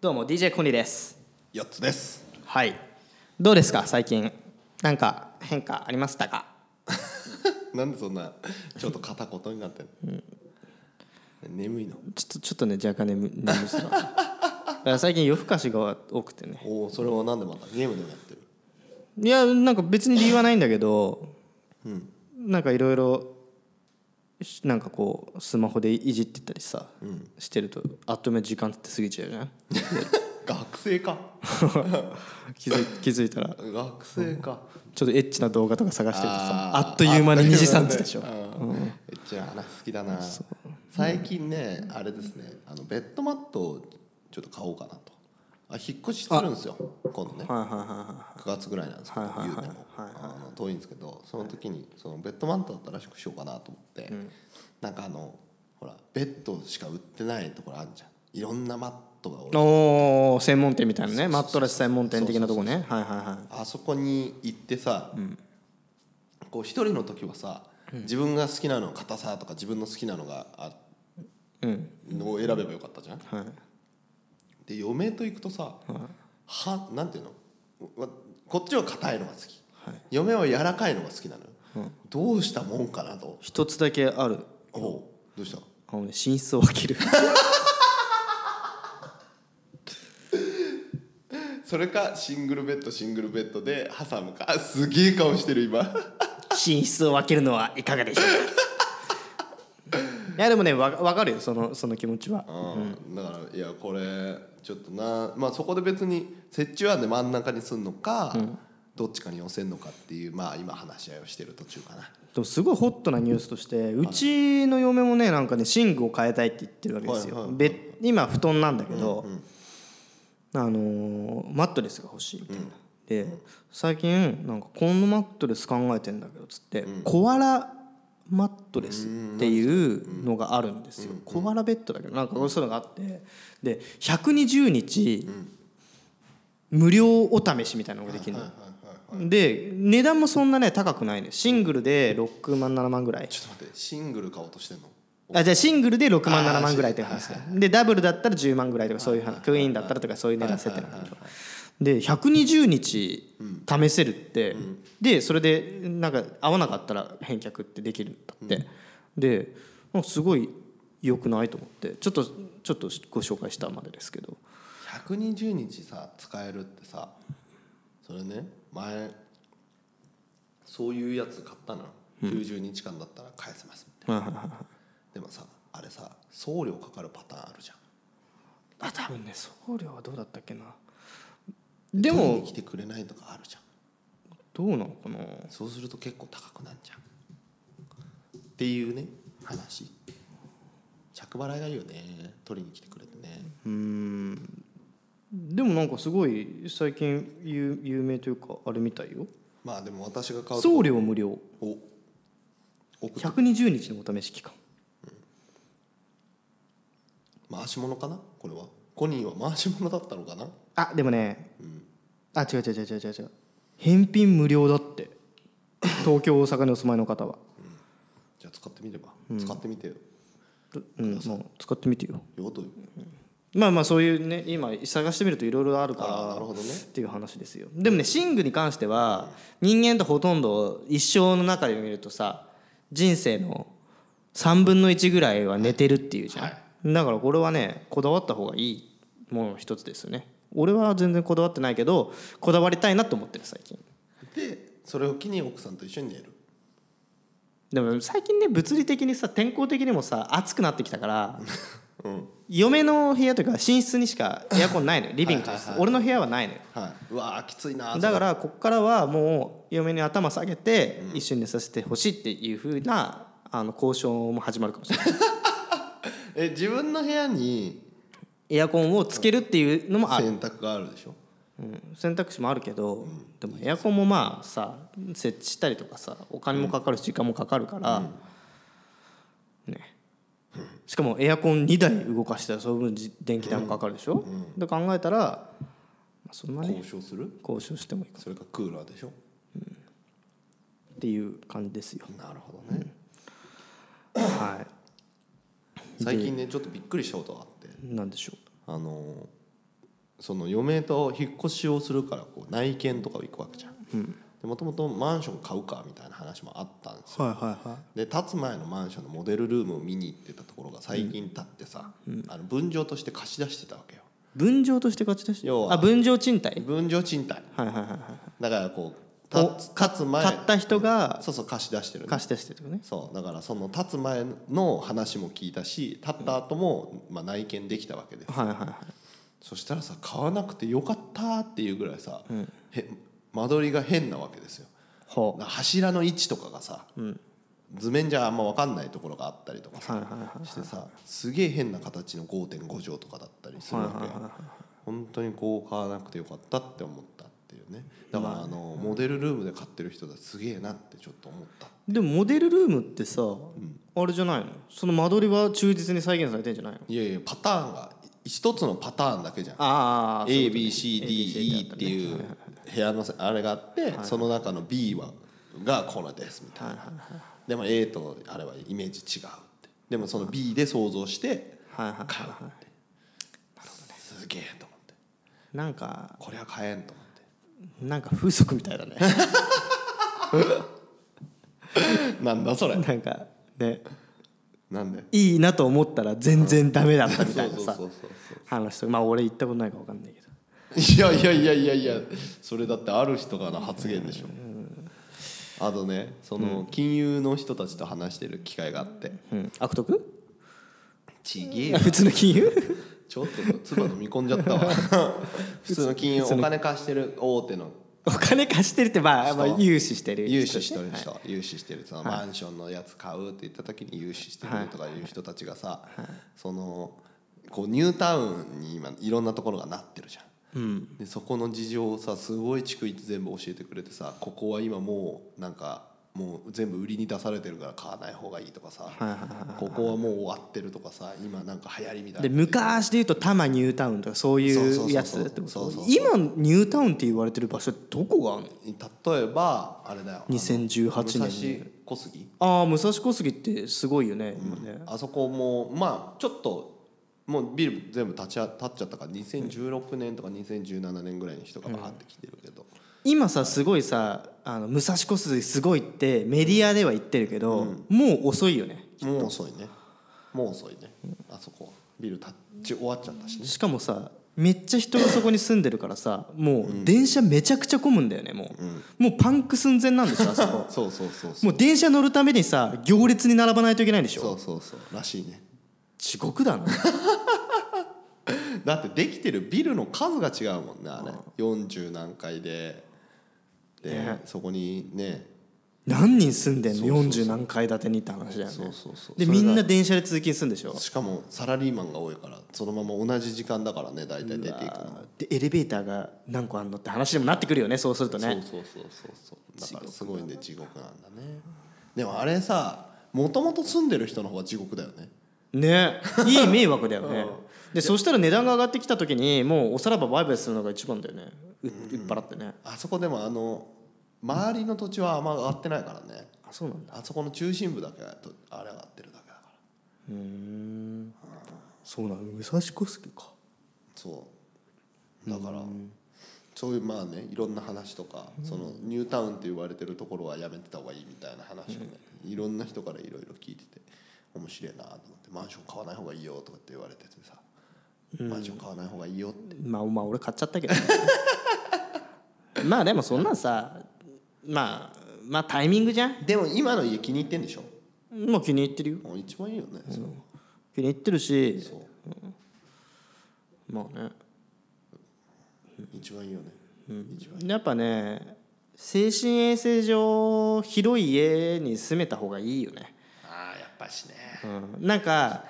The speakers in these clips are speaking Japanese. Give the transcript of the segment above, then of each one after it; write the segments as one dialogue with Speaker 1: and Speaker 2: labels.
Speaker 1: どうも DJ コニーです
Speaker 2: 4つです
Speaker 1: はいどうですか最近なんか変化ありましたか
Speaker 2: なんでそんなちょっと片言になってんの、眠いの
Speaker 1: ちょっとちょっとね若干眠眠そうだ から最近夜更かしが多くてね
Speaker 2: おおそれはなんでまたゲームでもやってる
Speaker 1: いやなんか別に理由はないんだけど、なんかいろいろしなんかこうスマホでいじってたりさ、してるとあっという間に時間って過ぎちゃうじゃん
Speaker 2: 学生か
Speaker 1: 気づい気づいたら
Speaker 2: 学生か、
Speaker 1: ちょっとエッチな動画とか探してるとさ
Speaker 2: あー
Speaker 1: あっという間に2時3時でしょ
Speaker 2: うんえじゃあ話好きだな最近ねあれですねあのベッドマットをちょっと買おうかなとあ引っ越しするんですよ今度ね
Speaker 1: はいはいは
Speaker 2: 9月ぐらいなんですけど、
Speaker 1: はいはいはい
Speaker 2: 言うても、あの遠いんですけどその時にそのベッドマントだったらしくしようかなと思って、なんかあのほらベッドしか売ってないところあるじゃんいろんなマットが
Speaker 1: い
Speaker 2: 俺
Speaker 1: はいおお専門店みたいなねマットレス専門店的なとこねはいはいはい
Speaker 2: あそこに行ってさ、こう一人の時はさ、自分が好きなの硬さとか自分の好きなのがあ
Speaker 1: うん
Speaker 2: のを選べばよかったじゃん、
Speaker 1: はい
Speaker 2: で嫁と行くとさ、はなんていうのわこっちは硬いのが好き、嫁は柔らかいのが好きなのよ、どうしたもんかなと
Speaker 1: 一つだけある
Speaker 2: おうどうした
Speaker 1: あのね寝室を分ける
Speaker 2: それかシングルベッドシングルベッドで挟むかあすげえ顔してる 今
Speaker 1: 寝室を分けるのはいかがでしょう かいやでもねわ分かるよそのその気持ちは
Speaker 2: うんだからいやこれちょっとなまあそこで別に折衷案で真ん中にすんのか、どっちかに寄せんのかっていうまあ今話し合いをしてる途中かな
Speaker 1: でもすごいホットなニュースとしてうちの嫁もねなんかね寝具を変えたいって言ってるわけです
Speaker 2: はい
Speaker 1: よ
Speaker 2: はいはい
Speaker 1: ベッ今布団なんだけど、あのーマットレスが欲しいみたいな、で最近なんかこのマットレス考えてんだけどつって、コアラマットレスっていうのがあるんですよ、コアラベッドだけどなんかそういうのがあってで120日、無料お試しみたいなのができるの、で値段もそんなね高くないねシングルで6万7万ぐらい
Speaker 2: ちょっと待ってシングル買おうとしてんの
Speaker 1: あじゃあシングルで6万7万ぐらいっていう話ででダブルだったら10万ぐらいとかそういう話クイーンだったらとかそういう値段設定なんだけどで120日試せるって、でそれでなんか合わなかったら返却ってできるんだって、でなんかすごい良くないと思ってちょっとちょっとご紹介したまでですけど
Speaker 2: 120日さ使えるってさそれね前そういうやつ買ったのよ、90日間だったら返せますみたいなでもさあれさ送料かかるパターンあるじゃん
Speaker 1: あ多分ね送料はどうだったっけなでも
Speaker 2: 取りに来てくれないとかあるじゃん
Speaker 1: どうなのかな
Speaker 2: そうすると結構高くなるじゃんっていうね話着払いがいいよね取りに来てくれてね
Speaker 1: でもなんかすごい最近有有名というかあれみたいよ
Speaker 2: まあでも私が買うと
Speaker 1: 送料無料
Speaker 2: お送って
Speaker 1: 120日のお試し期間
Speaker 2: 回し物かなこれはコニーは回し物だったのかな
Speaker 1: あでもね、あ違う違う違う違う違う違う返品無料だって東京大阪にお住まいの方は、
Speaker 2: じゃあ使ってみれば、使ってみてよ
Speaker 1: うん、もう使ってみてよ
Speaker 2: よと
Speaker 1: まあまあそういうね今探してみるといろいろあるか
Speaker 2: あ
Speaker 1: ら
Speaker 2: あなるほどね
Speaker 1: っていう話ですよでもね寝具に関しては人間とほとんど一生の中で見るとさ人生の3分の1ぐらいは寝てるっていうじゃん、
Speaker 2: は
Speaker 1: だからこれはねこだわった方がいいものの一つですよね俺は全然こだわってないけどこだわりたいなと思ってる最近
Speaker 2: でそれを機に奥さんと一緒に寝る
Speaker 1: でも最近ね物理的にさ天候的にもさ暑くなってきた から、嫁の部屋というか寝室にしかエアコンないのよリビングと室俺の部屋はないのよ
Speaker 2: はいうわーきついなー
Speaker 1: だからここからはもう嫁に頭下げて一緒に寝させてほしいっていうふうなあの交渉も始まるかもしれない
Speaker 2: え自分の部屋に
Speaker 1: エアコンをつけるっていうのもある、
Speaker 2: 洗濯があるでしょ
Speaker 1: うん選択肢もあるけど、でもエアコンもまあさ設置したりとかさお金もかかるし時間もかかるから、ねしかもエアコン2台動かしたらその分じ電気代もかかるでしょ、で考えたら、まあ、そんなに
Speaker 2: 交渉する
Speaker 1: 交渉してもいいか
Speaker 2: それかクーラーでしょ
Speaker 1: っていう感じです よ、
Speaker 2: なるほどね
Speaker 1: は
Speaker 2: 最近ねちょっとびっくりしたことがあって
Speaker 1: いなんでしょう
Speaker 2: あのーその嫁と引っ越しをするからこう内見とか行くわけじゃん。でもともとマンション買うかみたいな話もあったんですよ。
Speaker 1: はいはいはい
Speaker 2: で建つ前のマンションのモデルルームを見に行ってたところが最近建ってさ、あの分譲として貸し出してたわけよ
Speaker 1: 分譲として勝ち出して
Speaker 2: 要は
Speaker 1: あ分譲賃貸
Speaker 2: 分譲賃貸
Speaker 1: はいはいはいはい
Speaker 2: だからこう建つ建つ前
Speaker 1: 買った人が
Speaker 2: そうそう貸し出してるの
Speaker 1: 貸し出してるとかね
Speaker 2: そうだからその建つ前の話も聞いたし建った後もまあ内見できたわけです
Speaker 1: はいはいはい
Speaker 2: そしたらさ買わなくてよかったっていうぐらいさ、へ間取りが変なわけですよ
Speaker 1: ほう
Speaker 2: 柱の位置とかがさ、図面じゃあんま分かんないところがあったりとかさ
Speaker 1: はいはいはい
Speaker 2: してさすげえ変な形の5.5畳とかだったりするわけよ本当にこう買わなくてよかったって思ったっていうねだからあのモデルルームで買ってる人だすげえなってちょっと思った
Speaker 1: でもモデルルームってさ、あれじゃないのその間取りは忠実に再現されてんじゃないの
Speaker 2: いやいやパターンが一つのパターンだけじゃん
Speaker 1: ああ
Speaker 2: ABCDE っていう部屋のせあれがあってその中の B はがこれですみたいなでも A とあれはイメージ違うってでもその B で想像して
Speaker 1: はいはい
Speaker 2: 買うってすげえと思って
Speaker 1: なんか
Speaker 2: これは買えんと思って
Speaker 1: なんか風俗みたいだね
Speaker 2: なんだそれ
Speaker 1: なんかね
Speaker 2: なんで
Speaker 1: いいなと思ったら全然ダメだったみ
Speaker 2: そ
Speaker 1: たい
Speaker 2: うそ
Speaker 1: な
Speaker 2: うそう
Speaker 1: さ
Speaker 2: そう
Speaker 1: 話とかまあ俺行ったことないから分かんないけど
Speaker 2: いやいやいやいやいやそれだってある人からの発言でしょあとねその金融の人たちと話してる機会があって
Speaker 1: うん悪徳
Speaker 2: ちげえ
Speaker 1: い
Speaker 2: よ
Speaker 1: や普通の金融
Speaker 2: ちょっと唾飲み込んじゃったわ 普通の金融お金貸してる大手の
Speaker 1: お金貸してるってまあまあ
Speaker 2: そう
Speaker 1: 融資してる
Speaker 2: 融資してる
Speaker 1: はい
Speaker 2: 人、融資してるそのマンションのやつ買うって言った時に融資してるとかいう人たちがさ、そのこうニュータウンに今いろんなところがなってるじゃん。でそこの事情をさすごい逐一全部教えてくれてさここは今もうなんかもう全部売りに出されてるから買わない方がいいとかさ、ここはもう終わってるとかさ今なんか流行りみたい
Speaker 1: で
Speaker 2: な
Speaker 1: 昔で言うと多摩ニュータウンとかそういうやつ
Speaker 2: そうそうそうそう
Speaker 1: ってこ
Speaker 2: そうそう
Speaker 1: と今ニュータウンって言われてる場所ってどこがあるの
Speaker 2: 例えばあれだよ
Speaker 1: 2018年
Speaker 2: 武蔵小杉
Speaker 1: ああ武蔵小杉ってすごいよね今ね、
Speaker 2: あそこもまあちょっともうビル全部立ちあ立っちゃったから2016年とか2017年ぐらいに人がバーって来てるけど、
Speaker 1: 今さすごいさあの武蔵小杉すごいってメディアでは言ってるけど、もう遅いよね
Speaker 2: もう遅いねもう遅いねあそこはビル立ち終わっちゃったしね
Speaker 1: しかもさめっちゃ人がそこに住んでるからさもう電車めちゃくちゃ混むんだよねもう、もうパンク寸前なんでしょあそこ
Speaker 2: そうそうそうそう
Speaker 1: もう電車乗るためにさ行列に並ばないといけないんでしょ
Speaker 2: そうそうそうらしいね
Speaker 1: 地獄だな
Speaker 2: だってできてるビルの数が違うもんねあれ40何階でで、そこにね
Speaker 1: 何人住んでんの40何階建てにって話だよね
Speaker 2: そうそうそう
Speaker 1: で
Speaker 2: それ
Speaker 1: み
Speaker 2: が
Speaker 1: んな電車で通勤するんでしょ
Speaker 2: しかもサラリーマンが多いからそのまま同じ時間だからね大体出ていくの
Speaker 1: でエレベーターが何個あんのって話にもなってくるよねそうするとね
Speaker 2: そうそうそうそうそうだからすごいね地獄なんだねでもあれさもともと住んでる人の方が地獄だよね
Speaker 1: ねいい迷惑だよ ねでそしたら値段が上がってきた時にもうおさらば売買するのが一番だよねう売っ払ってね
Speaker 2: あそこでもあの周りの土地はあんま上がってないからね
Speaker 1: あそうなんだ
Speaker 2: あそこの中心部だけとあれ上がってるだけだから
Speaker 1: そうなん武蔵小杉か
Speaker 2: そうだからそういうまあねいろんな話とかそのニュータウンって言われてるところはやめてた方がいいみたいな話をねいろんな人からいろいろ聞いてて面白いなと思ってマンション買わない方がいいよとかって言われててさマンション買わない方がいいよって
Speaker 1: まあまあ俺買っちゃったけどね まあでもそんなんさまあまあタイミングじゃん
Speaker 2: でも今の家気に入ってんでしょ
Speaker 1: まあ気に入ってるよ
Speaker 2: もう一番いいよねその
Speaker 1: 気に入ってるし
Speaker 2: そう
Speaker 1: まあね
Speaker 2: 一番いいよね一番いい
Speaker 1: やっぱね精神衛生上広い家に住めた方がいいよね、
Speaker 2: ああやっぱしね
Speaker 1: うん、なんか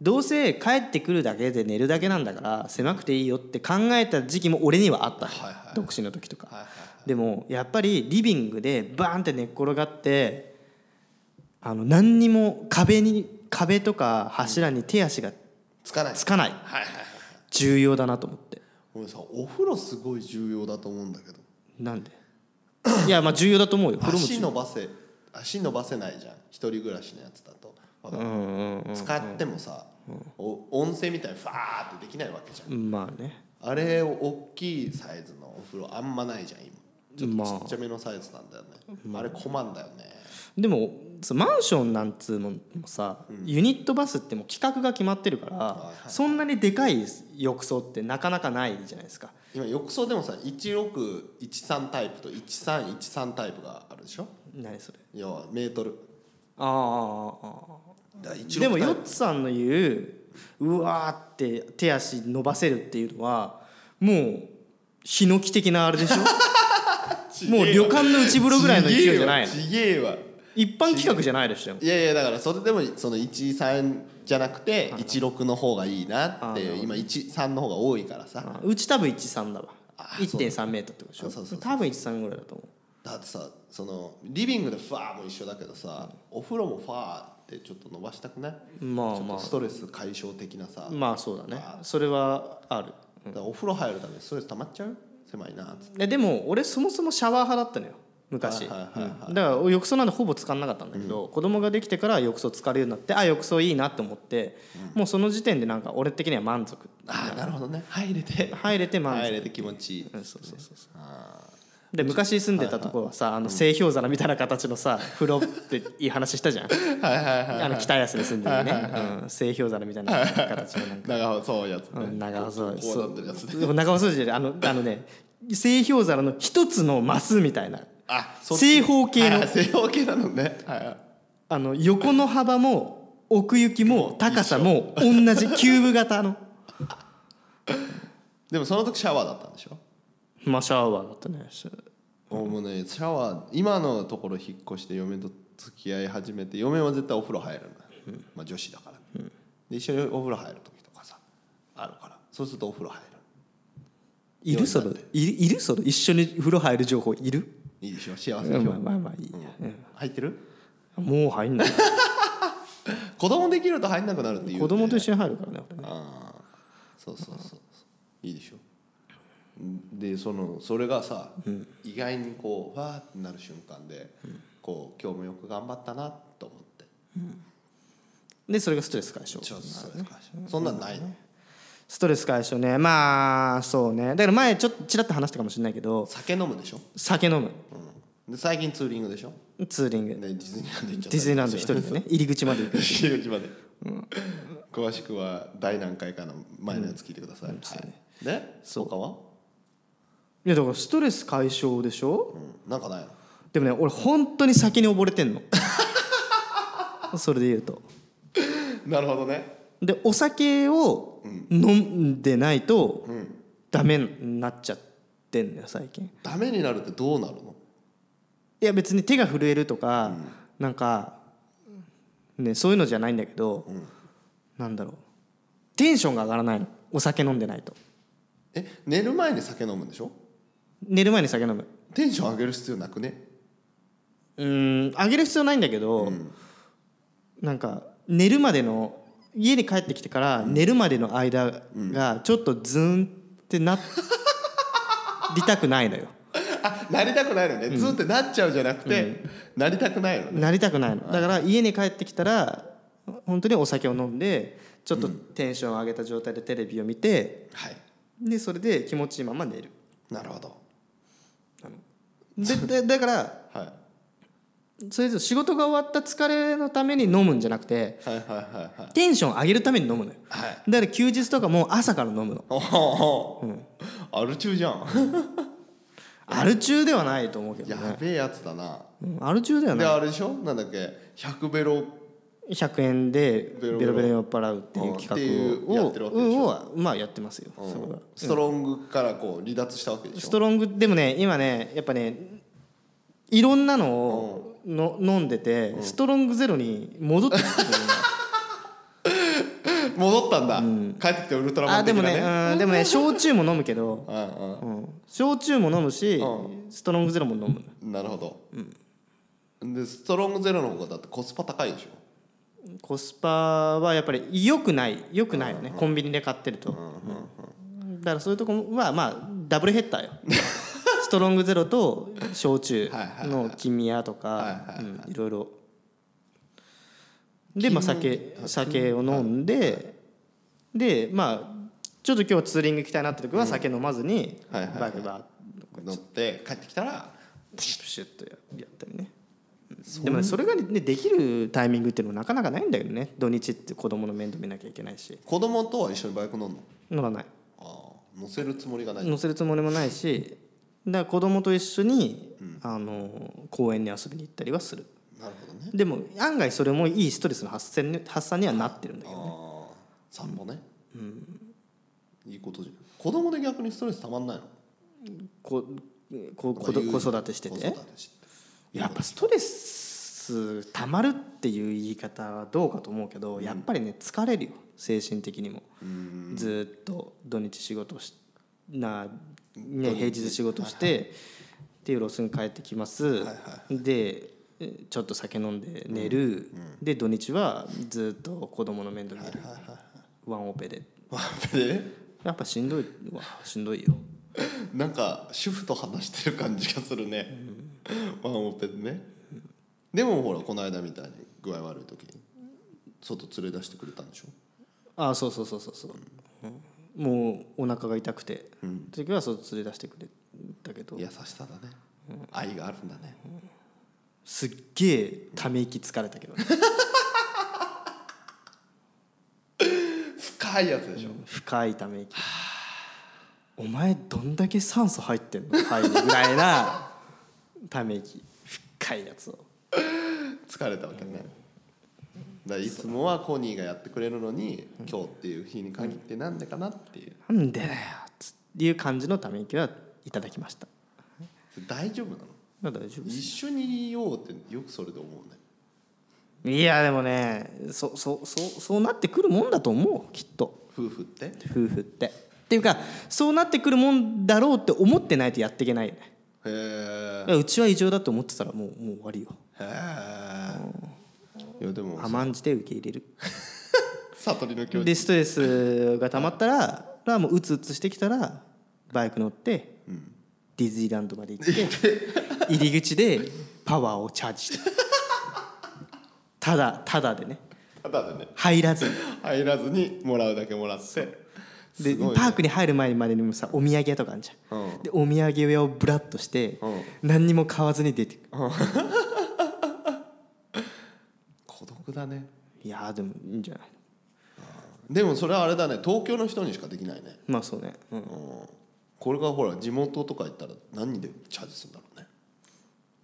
Speaker 1: どうせ帰ってくるだけで寝るだけなんだから狭くていいよって考えた時期も俺にはあった、
Speaker 2: はいはい
Speaker 1: 独身の時とか、
Speaker 2: はいはい
Speaker 1: でもやっぱりリビングでバーンって寝っ転がってあの何にも壁に壁とか柱に手足が
Speaker 2: つかない
Speaker 1: つかない、重要だなと思って
Speaker 2: 俺さお風呂すごい重要だと思うんだけど
Speaker 1: なんでいやまあ重要だと思うよ風呂も重
Speaker 2: 足伸ばせ足伸ばせないじゃん一人暮らしのやつだと、使ってもさ、お温泉みたいにファーってできないわけじゃん
Speaker 1: 要まあね
Speaker 2: あれを大きいサイズのお風呂あんまないじゃん今ち
Speaker 1: ま
Speaker 2: ょっ
Speaker 1: あ
Speaker 2: とちっちゃめのサイズなんだよね、あれ困んだよね
Speaker 1: でもそのマンションなんつうのもさ、ユニットバスってもう規格が決まってるから、
Speaker 2: い
Speaker 1: そんなにでかい浴槽ってなかなかないじゃないですか
Speaker 2: 今浴槽でもさ1613タイプと1313タイプがあるでしょ
Speaker 1: 何それ
Speaker 2: 要はメートル
Speaker 1: ああああああ
Speaker 2: だから16
Speaker 1: でも
Speaker 2: タイ
Speaker 1: ヨ
Speaker 2: プ
Speaker 1: ッツさんの言ううわーって手足伸ばせるっていうのはもうヒノキ的なあれで しょもう旅館の内風呂ぐらいの勢いじゃないの
Speaker 2: ちげえわちげえわ
Speaker 1: 一般企画じゃないでしたよ
Speaker 2: いやいやだからそれでもその13じゃなくて16の方がいいなっていう今13の方が多いからさ
Speaker 1: あうち多分13だわ
Speaker 2: あ
Speaker 1: 1 3メートルってことでしょ
Speaker 2: そうそうそう
Speaker 1: 多分13ぐらいだと思
Speaker 2: だってさそのリビングでファーも一緒だけどさお風呂もファーってちょっと伸ばしたくないう
Speaker 1: まあ
Speaker 2: ちょ
Speaker 1: ま
Speaker 2: っとストレス解消的なさ
Speaker 1: あまあそうだねそれはある
Speaker 2: だからお風呂入るためにストレス溜まっちゃう狭いなっつって
Speaker 1: えでも俺そもそもシャワー派だったのよ昔、
Speaker 2: はいはいはいはい
Speaker 1: うんだから浴槽なんてほぼ使んなかったんだけど、子供ができてから浴槽使えるようになってあ浴槽いいなって思って、もうその時点でなんか俺的には満足
Speaker 2: ああなるほどね入れて
Speaker 1: 入れて満足、
Speaker 2: 入れて気持ちいい
Speaker 1: うんそうそうそうそう
Speaker 2: あ
Speaker 1: で昔住んでたところはさ、あの製氷皿みたいな形の さ風呂っていい話したじゃんあの北安に住んでるね、うん、製氷皿みたいな形のなん
Speaker 2: ー長細そうやつね
Speaker 1: うん長細い
Speaker 2: こうなってるやつね
Speaker 1: そう長細いじゃないあのあのね製氷皿の一つのマスみたいな
Speaker 2: あそっ
Speaker 1: 正
Speaker 2: ち
Speaker 1: 方形の
Speaker 2: あー正方形なのねはいはい
Speaker 1: あの横の幅も奥行きも高さも同じキューブ型の
Speaker 2: でもその時シャワーだったんでしょ
Speaker 1: まあシャワーだったねし
Speaker 2: 俺もうねシャワー今のところ引っ越して嫁と付き合い始めて嫁は絶対お風呂入るのよ、まあ女子だから、で一緒にお風呂入る時とかさあるからそうするとお風呂入
Speaker 1: いるそれいるいるそれ一緒に風呂入る情報いる
Speaker 2: るいいでしょ幸
Speaker 1: ま
Speaker 2: せで
Speaker 1: あ
Speaker 2: しょ、
Speaker 1: まあまあいいや、
Speaker 2: 入ってる
Speaker 1: うんもう入んない
Speaker 2: 子供できると入んなくなるっていう、ね、
Speaker 1: 子供と一緒に入るからね俺ね
Speaker 2: ああそうそうそうそういいでしょでそのそれがさ、意外にこうわーってなる瞬間で、こう今日もよく頑張ったなと思って
Speaker 1: でそれがストレス解消
Speaker 2: ちょっとそれかしらそんなんないの、
Speaker 1: ストレス解消ねまあそうねだから前ちょっとちらっと話したかもしれないけど
Speaker 2: 酒飲むでしょ、
Speaker 1: 酒飲
Speaker 2: で最近ツーリングでしょ
Speaker 1: むツーリング
Speaker 2: でディズニーランド行っちゃった
Speaker 1: ディズニーランド一 人でね入り口まで行く
Speaker 2: 死ぬ気まで、詳しくは第何回かの前のやつ聞いてください、はい、で他は、
Speaker 1: いやだからストレス解消でしょ
Speaker 2: うん、なんかないの
Speaker 1: でもね俺本当に先に溺れてんのそれで言うと
Speaker 2: なるほどね
Speaker 1: でお酒を飲んでないとダメになっちゃってんのよ最近
Speaker 2: ダメになるってどうなるの
Speaker 1: いや別に手が震えるとか、なんか、ね、そういうのじゃないんだけど、なんだろうテンションが上がらないのお酒飲んでないと
Speaker 2: え寝る前に酒飲むんでしょ
Speaker 1: 寝る前に酒飲む
Speaker 2: テンション上げる必要なくね
Speaker 1: うーんあげる必要ないんだけど、なんか寝るまでの家に帰ってきてから寝るまでの間がちょっとズンって なりたくないのよ
Speaker 2: あなりたくないのね、ずってなっちゃうじゃなくて、なりたくないのね
Speaker 1: なりたくないのだから家に帰ってきたら本当にお酒を飲んでちょっとテンションを上げた状態でテレビを見て
Speaker 2: はい
Speaker 1: でそれで気持ちいいまま寝る
Speaker 2: なるほど
Speaker 1: ででだから
Speaker 2: はい
Speaker 1: それぞれ仕事が終わった疲れのために飲むんじゃなくて
Speaker 2: はいはいはいはい
Speaker 1: テンション上げるために飲むのよ
Speaker 2: はい
Speaker 1: だから休日とかも朝から飲むの
Speaker 2: おお、 アル中じゃん
Speaker 1: アル中ではないと思うけど
Speaker 2: や
Speaker 1: ね。
Speaker 2: べえやつだな
Speaker 1: うんアル中では
Speaker 2: で
Speaker 1: ない。
Speaker 2: あれでしょなんだっけ100ベロ
Speaker 1: 100円でベロ
Speaker 2: ベロ
Speaker 1: ベ
Speaker 2: ベロ
Speaker 1: ロに酔っ払うっていう企画
Speaker 2: うん
Speaker 1: を
Speaker 2: っていうやってるわけでしょ
Speaker 1: ををまあやってますよ。そこは
Speaker 2: ストロングからこう離脱したわけでし
Speaker 1: ス
Speaker 2: ょ
Speaker 1: トロングでもね今ねやっぱねいろんなのをの飲んでてストロングゼロに戻ってきてる
Speaker 2: 戻ったんだ、帰ってきてウルトラマ
Speaker 1: あ
Speaker 2: ン
Speaker 1: で
Speaker 2: 的
Speaker 1: も
Speaker 2: な
Speaker 1: ね
Speaker 2: ね
Speaker 1: うんでもね焼酎も飲むけど、
Speaker 2: うん
Speaker 1: うん焼酎も飲むし
Speaker 2: う
Speaker 1: ストロングゼロも飲む。
Speaker 2: うんなるほど、でストロングゼロの方がだってコスパ高いでしょ
Speaker 1: コスパはやっぱり良くない良くないよねコンビニで買ってるとうんだからそういうとこはまあダブルヘッダ ーよストロングゼロと焼酎の金宮とかうんいろいろでまあ酒酒を飲んででまあちょっと今日ツーリング行きたいなって時は酒飲まずに
Speaker 2: はい
Speaker 1: バ
Speaker 2: はいはい
Speaker 1: イクバーッ
Speaker 2: 乗って帰ってきたら
Speaker 1: プシュップシュッとややったりねでもねそれがねできるタイミングっていうのもなかなかないんだけどね土日って子供の面倒見なきゃいけないし
Speaker 2: 子供とは一緒にバイク乗るの
Speaker 1: 乗らない
Speaker 2: ああ乗せるつもりがない
Speaker 1: 乗せるつもりもないしだから子供と一緒に、あの公園に遊びに行ったりはする
Speaker 2: なるほどね
Speaker 1: でも案外それもいいストレスの発散に発散にはなってるんだけど
Speaker 2: ああ散歩ねいいことじゃん子供で逆にストレスたまんないの
Speaker 1: こここど子育てして
Speaker 2: 子
Speaker 1: て
Speaker 2: 育てして
Speaker 1: やっぱストレスたまるっていう言い方はどうかと思うけど、やっぱりね疲れるよ精神的にも、ずーっと土日仕事しな、ね、平日仕事して、で夜遅くに帰ってきます、でえちょっと酒飲んで寝る、で土日はずーっと子供の面倒見る、ワンオペで
Speaker 2: ワンペで
Speaker 1: やっぱしんどいわしんどいよ
Speaker 2: なんか主婦と話してる感じがするね、ワンオペでね、でもほらこの間みたいに具合悪い時に外連れ出してくれたんでしょ
Speaker 1: ああそうそうそうそうそう、もうお腹が痛くて、時はそう連れ出してくれたけど
Speaker 2: 優しさだね、愛があるんだね、
Speaker 1: すっげえため息疲れたけどね、
Speaker 2: 深いやつでしょ、
Speaker 1: 深いため息お前どんだけ酸素入ってんの肺にぐらいなため息深いやつを
Speaker 2: 疲れたわけね、だからいつもはコニーがやってくれるのに、今日っていう日に限ってなんでかなっていう、
Speaker 1: なんでだよつっていう感じのため息はいただきました
Speaker 2: 大丈夫なの
Speaker 1: まあ大丈夫
Speaker 2: 一緒にいようってよくそれで思うね
Speaker 1: いやでもねそそそそうなってくるもんだと思うきっと
Speaker 2: 夫婦って
Speaker 1: 夫婦ってっていうかそうなってくるもんだろうって思ってないとやっていけないよね
Speaker 2: へえ
Speaker 1: だからうちは異常だと思ってたらもうもう終わりよ
Speaker 2: へえいやでも
Speaker 1: 甘んじて受け入れ
Speaker 2: 悟りの境
Speaker 1: る
Speaker 2: 地
Speaker 1: でストレスが溜まったららもううつうつしてきたらバイク乗って、ディズニーランドまで行って入り口でパワーをチャージして ただただでね
Speaker 2: ただでね
Speaker 1: 入らずに
Speaker 2: 入らずにもらうだけもらって
Speaker 1: で、
Speaker 2: すごいね
Speaker 1: パークに入る前にまでにもさお土産屋とかあるじゃん、
Speaker 2: うん
Speaker 1: でお土産屋をブラッとして、
Speaker 2: うん
Speaker 1: 何にも買わずに出てく
Speaker 2: 孤独だね
Speaker 1: いやーでもいいんじゃない
Speaker 2: でもそれはあれだね東京の人にしかできないね
Speaker 1: まあそうね、うん、い
Speaker 2: これがほら地元とか行ったら何でチャージするんだろうね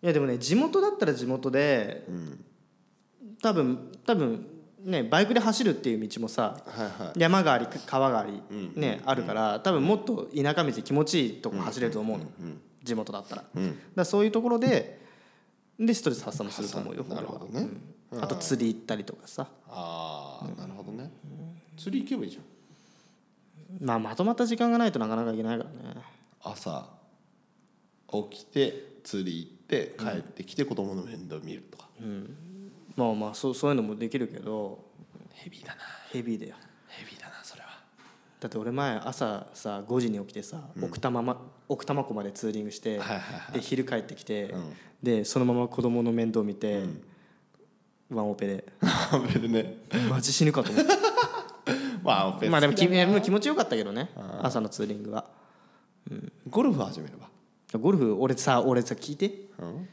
Speaker 1: やでもね地元だったら地元で、多分多分ねバイクで走るっていう道もさ
Speaker 2: はいは
Speaker 1: 山があり川があり、ねあるから多分もっと田舎道気持ちいいとこ走れると思うの、地元だったら,、だからそういうところででストレス発散もすると思うよ
Speaker 2: いなるほどね
Speaker 1: あと釣り行ったりとかさ、
Speaker 2: ああなるほどね釣り行けばいいじゃん
Speaker 1: まあ、まとまった時間がないとなかなかいけないからね
Speaker 2: 朝起きて釣り行って帰ってきて子供の面倒見るとか
Speaker 1: まあまあそうそういうのもできるけど
Speaker 2: ヘビーだな
Speaker 1: ヘビーだよ
Speaker 2: ヘビーだなそれ は
Speaker 1: だって俺前朝さ5時に起きてさ奥多摩ま奥多摩湖までツーリングして
Speaker 2: はいはいは
Speaker 1: で昼帰ってきてでそのまま子供の面倒見てワンオペで
Speaker 2: ワンオペでね
Speaker 1: マジ死ぬかと思って
Speaker 2: ワンオペ
Speaker 1: まあで もきもう気持ちよかったけどね朝のツーリングは
Speaker 2: ゴルフ始めれば
Speaker 1: ゴルフ俺さ俺さ聞いて
Speaker 2: うん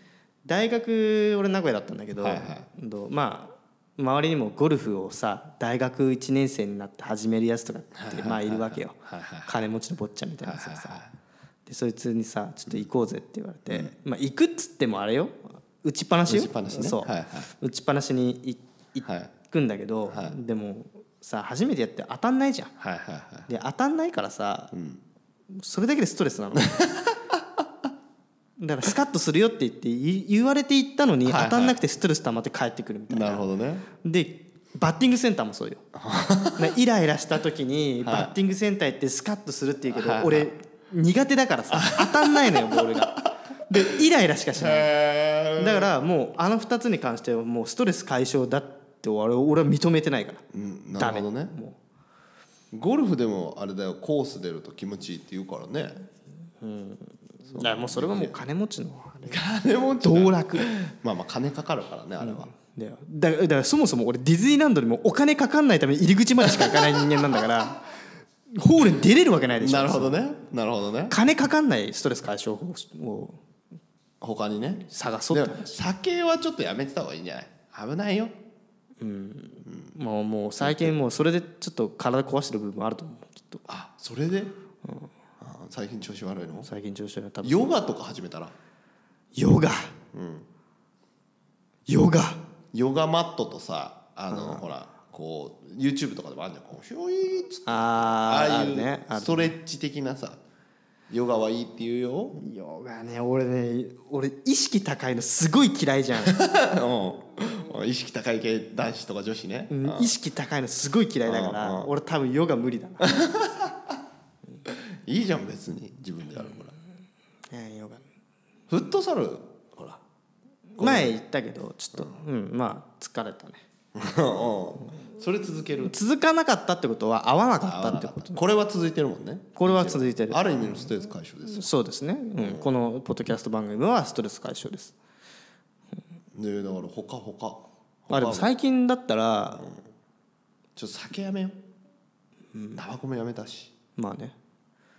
Speaker 1: 大学俺名古屋だったんだけど、
Speaker 2: はいは
Speaker 1: どうまあ周りにもゴルフをさ大学1年生になって始めるやつとかってまあいるわけよ
Speaker 2: はいはい
Speaker 1: 金持ちの坊ちゃんみたいなやつが
Speaker 2: はいはい
Speaker 1: さでそいつにさ「ちょっと行こうぜ」って言われて、まあ行くっつってもあれよ打ちっぱなしよ
Speaker 2: 打ちっぱなしね
Speaker 1: そう、
Speaker 2: はいはい
Speaker 1: 打ちっぱなしにい行
Speaker 2: はい
Speaker 1: くんだけど、でもさ初めてやって当たんないじゃん
Speaker 2: はいはいはい
Speaker 1: で当たんないからさ、それだけでストレスなのだからスカッとするよって言ってい言われて行ったのに
Speaker 2: は
Speaker 1: 当
Speaker 2: いはい
Speaker 1: たんなくてストレス溜まって帰ってくるみたいな,、
Speaker 2: なるほどね
Speaker 1: でバッティングセンターもそう よなイライラした時に
Speaker 2: はい
Speaker 1: バッティングセンター行ってスカッとするっていうけど、
Speaker 2: はいはい
Speaker 1: 俺苦手だからさ当たんないのよボールがでイライラしかしない
Speaker 2: へ
Speaker 1: だからもうあの2つに関してはもうストレス解消だって俺は俺は認めてないから
Speaker 2: うんなるほどね
Speaker 1: もう
Speaker 2: ゴルフでもあれだよコース出ると気持ちいいって言うからね
Speaker 1: だからもうそれはもう金持ちのあれ
Speaker 2: 金持ち
Speaker 1: 道楽
Speaker 2: まあまあ金かかるからねあれは
Speaker 1: だよだだからそもそも俺ディズニーランドにもお金かかんないために入り口までしか行かない人間なんだからホールに出れるわけないでしょ
Speaker 2: なるほどねなるほどね
Speaker 1: 金かかんないストレス解消法を
Speaker 2: 他にね
Speaker 1: 探そう
Speaker 2: で
Speaker 1: っ
Speaker 2: も
Speaker 1: て
Speaker 2: 酒はちょっとやめてた方がいいんじゃない危ないよ
Speaker 1: もうもう最近もうそれでちょっと体壊してる部分もあると思うきっと
Speaker 2: あそれで、あー最近調子悪いの
Speaker 1: 最近調子が多分
Speaker 2: ヨガとか始めたら
Speaker 1: ヨガ、ヨガ
Speaker 2: ヨガマットとさあの、ほらこう YouTube とかでもあるじゃんこうひょいーっつって
Speaker 1: あ
Speaker 2: ああ
Speaker 1: あ
Speaker 2: い
Speaker 1: るねあ
Speaker 2: う
Speaker 1: る
Speaker 2: ストレッチ的なさヨガはいいって言うよ
Speaker 1: ヨガね俺ね俺意識高いのすごい嫌いじゃん、
Speaker 2: うん意識高い系男子とか女子ね、
Speaker 1: うん意識高いのすごい嫌いだから
Speaker 2: うん
Speaker 1: 俺多分ヨガ無理だな、
Speaker 2: いいじゃん別に自分でやるほら
Speaker 1: うんヨガ
Speaker 2: フットサルほら
Speaker 1: 前言ったけどちょっとうん、まあ疲れたね
Speaker 2: うんそれ続ける
Speaker 1: 続かなかったってことは合わなかったってこと
Speaker 2: これは続いてるもんね
Speaker 1: これは続いてる
Speaker 2: ある意味のストレス解消ですよ
Speaker 1: そうですね、うんこのポッドキャスト番組はストレス解消です
Speaker 2: ねだからほかほか
Speaker 1: あでも最近だったら、
Speaker 2: ちょっと酒やめようタバコもやめたし
Speaker 1: まあね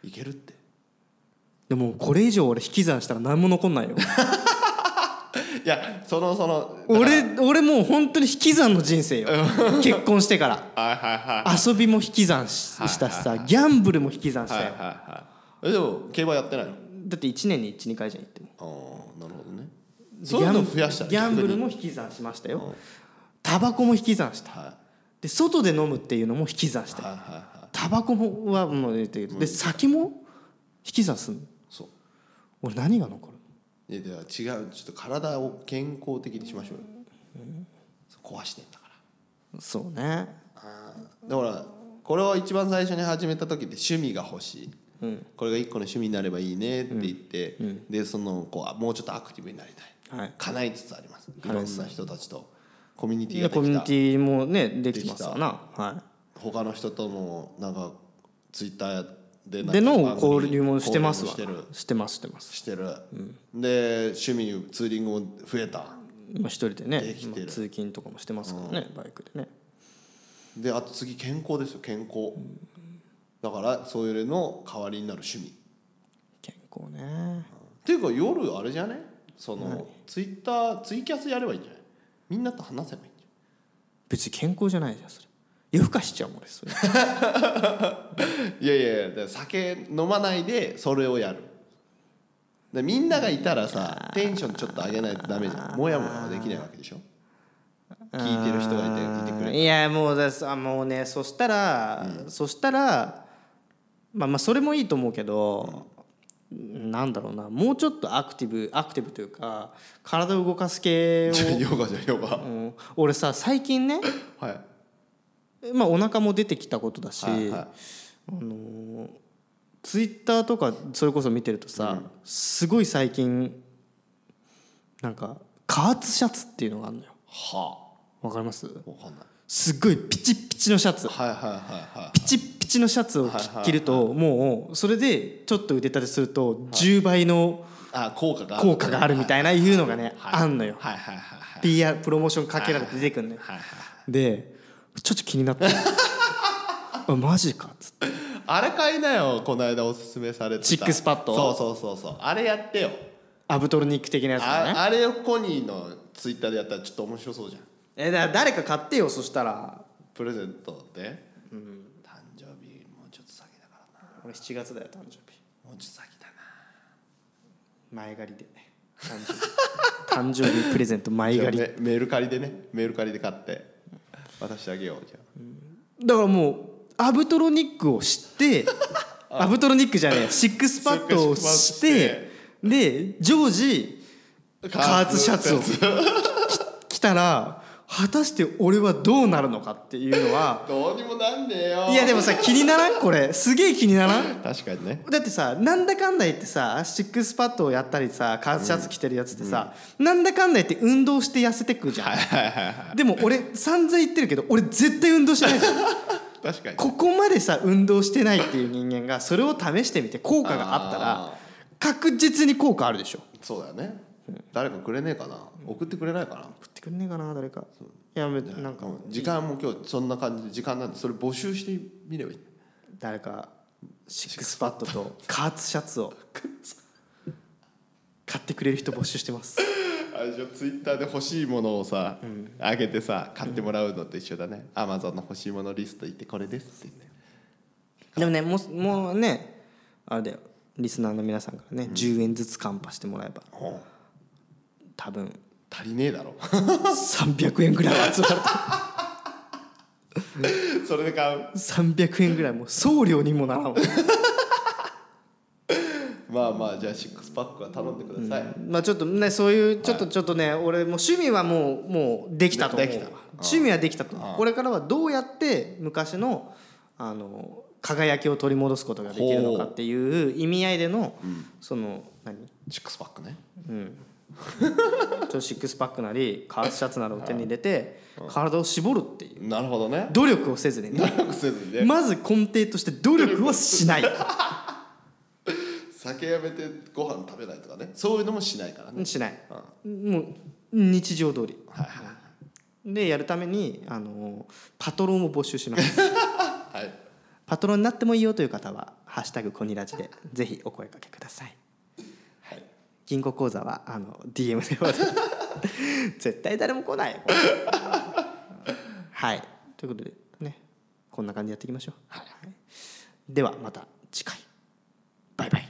Speaker 2: いけるって
Speaker 1: でもこれ以上俺引き算したら何も残んないよ
Speaker 2: いやそのその
Speaker 1: 俺俺もう本当に引き算の人生よ結婚してから
Speaker 2: はいはいはい
Speaker 1: 遊びも引き算ししたしさギャンブルも引き算したよ、
Speaker 2: はいはいはいえでも競馬やってないの
Speaker 1: だって1年に12回じゃん行っても
Speaker 2: ああなるほどねそういうの増やしたら
Speaker 1: ギャンブル
Speaker 2: 逆に
Speaker 1: も引き算しましたよタバコも引き算した
Speaker 2: は
Speaker 1: で外で飲むっていうのも引き算し
Speaker 2: い
Speaker 1: た
Speaker 2: はい
Speaker 1: よ
Speaker 2: はいはい
Speaker 1: タバコもはもう入れてるで酒も引き算すんの
Speaker 2: そう
Speaker 1: 俺何が残る
Speaker 2: いやでは違うちょっと体を健康的にしましょうよそう壊してんだから
Speaker 1: そうね
Speaker 2: だからこれを一番最初に始めた時って趣味が欲しい、これが一個の趣味になればいいねって言って、でそのこうもうちょっとアクティブになりたい
Speaker 1: はい
Speaker 2: 叶いつつありますいろんな人たちとコミュニテ
Speaker 1: い
Speaker 2: ィ
Speaker 1: や
Speaker 2: が
Speaker 1: コミュニ
Speaker 2: で
Speaker 1: テ
Speaker 2: き
Speaker 1: ィ
Speaker 2: た
Speaker 1: もねできてますからなは
Speaker 2: 他の人ともなんかツイッターで
Speaker 1: い
Speaker 2: なんか
Speaker 1: での
Speaker 2: 番組
Speaker 1: 交流もしてますわ
Speaker 2: 交流もしてる
Speaker 1: してますしてます
Speaker 2: してる、で趣味ツーリングも増えた
Speaker 1: まあ一人でね
Speaker 2: できてる
Speaker 1: まあ通勤とかもしてますからねバイクでね
Speaker 2: であと次健康ですよ健康、だからそういうの代わりになる趣味
Speaker 1: 健康ね
Speaker 2: っていうか夜あれじゃねその、ツイッターツイキャスやればいいんじゃないみんなと話せばいいんじ
Speaker 1: 別に健康じゃないじゃんそれ夜更かしちゃうもん俺それ
Speaker 2: ゃないいやいやいやだから酒飲まないでそれをやるでみんながいたらさテンションちょっと上げないとダメじゃんもやもやはできないわけでしょ聞いてる人がいて聞いてくれる
Speaker 1: いやもうですあもうねそしたら、そしたらまあまあそれもいいと思うけど、なんだろうなもうちょっとアクティブアクティブというか体を動かす 系を
Speaker 2: じゃあヨガじゃんヨガ、
Speaker 1: うん俺さ最近ね、
Speaker 2: はい
Speaker 1: まあ、お腹も出てきたことだし、
Speaker 2: はいはい
Speaker 1: あのーツイッターとかそれこそ見てるとさ、すごい最近なんか加圧シャツっていうのがあるのよ
Speaker 2: は
Speaker 1: わかります
Speaker 2: あわかんない
Speaker 1: すっごいピチッピチのシャツ
Speaker 2: はいはいはいはい
Speaker 1: ピチッピチのシャツを着着るともうそれでちょっと腕立てすると10倍の
Speaker 2: あ効果がある
Speaker 1: 効果があるみたいないうのがねあんのよ
Speaker 2: はいはいはいはい
Speaker 1: PR プロモーションかけられて出てくんのよ
Speaker 2: はいはい
Speaker 1: でちょっと気にな ったあマジかっつって
Speaker 2: あれ買いなよこの間おすすめされてた
Speaker 1: チックスパッド
Speaker 2: そうそうそうそうあれやってよ
Speaker 1: アブトロニック的なやつだ
Speaker 2: あ
Speaker 1: ね
Speaker 2: あれをコニーのツイッターでやったらちょっと面白そうじゃん
Speaker 1: えだ誰か買ってよそしたら
Speaker 2: プレゼントで、誕生日もうちょっと先だからな
Speaker 1: 俺7月だよ誕生日
Speaker 2: もうちょっと先だな
Speaker 1: 前借りで 誕生日誕生日プレゼント前
Speaker 2: じゃ
Speaker 1: 借
Speaker 2: あ
Speaker 1: り
Speaker 2: メメール借りでねメール借りで買って渡してあげようじゃ
Speaker 1: だからもうアブトロニックを知って アブトロニックじゃねえシックスパッドをし
Speaker 2: シッ
Speaker 1: てで常時
Speaker 2: あ
Speaker 1: 加圧シャツを着たら果たして俺はどうなるのかっていうの は
Speaker 2: どうにもなんねえよ
Speaker 1: いやでもさ気にならんこれすげえ気にならん
Speaker 2: 確かにね
Speaker 1: だってさなんだかんだ言ってさシックスパッドをやったりさカーツシャツ着てるやつってさ、なんだかんだ言って運動して痩せてくじゃん、でも俺散々言ってるけど俺絶対運動しないじゃん
Speaker 2: 確かに
Speaker 1: ここまでさ運動してないっていう人間がそれを試してみて効果があった
Speaker 2: あ
Speaker 1: ら確実に効果あるでしょ
Speaker 2: そうだよね誰かくれねえかな送ってくれないかな
Speaker 1: 送ってくんねえかな誰かいやめなんか
Speaker 2: 時間も今日そんな感じで時間なんでそれ募集してみればいい
Speaker 1: 誰かシックスパッドと加圧シャ ツを買ってくれる人募集してます
Speaker 2: あれでしょツイッターで欲しいものをさ、あげてさ買ってもらうのと一緒だね、アマゾンの欲しいものリスト行ってこれですって言って
Speaker 1: でもねもうもうねあれだよリスナーの皆さんからね、10円ずつカンパしてもらえば多分
Speaker 2: 足りねえだろ
Speaker 1: 300円ぐらいは集まる
Speaker 2: それで買う
Speaker 1: 300円ぐらいもう送料にもならんわ
Speaker 2: まあまあじゃあシックスパックは頼んでください、
Speaker 1: まあちょっとねそういうちょっとちょっとね、俺もう趣味はもうもうできたと思う
Speaker 2: でできた
Speaker 1: 趣味はできたと思うこれからはどうやって昔のあの輝きを取り戻すことができるのかっていう意味合いでの、その何
Speaker 2: シックスパックね
Speaker 1: ちょっとシックスパックなり加圧シャツなどを手に入れて体を絞るっていう
Speaker 2: なるほど ね
Speaker 1: 努力をせずにね
Speaker 2: 努力せずにね
Speaker 1: まず根底として努力はしない
Speaker 2: 酒やめてご飯食べないとかねそういうのもしないからね
Speaker 1: しないもう日常通り
Speaker 2: はいは
Speaker 1: でやるためにあのパトロンを募集します
Speaker 2: いはい
Speaker 1: パトロンになってもいいよという方は「ハッシュタグコニラジ」でぜひお声かけください
Speaker 2: はい
Speaker 1: 銀行口座はあの DM でお願い 絶対誰も来ないよこれはいということでねこんな感じでやっていきましょう、はい、ではまた次回バイバイ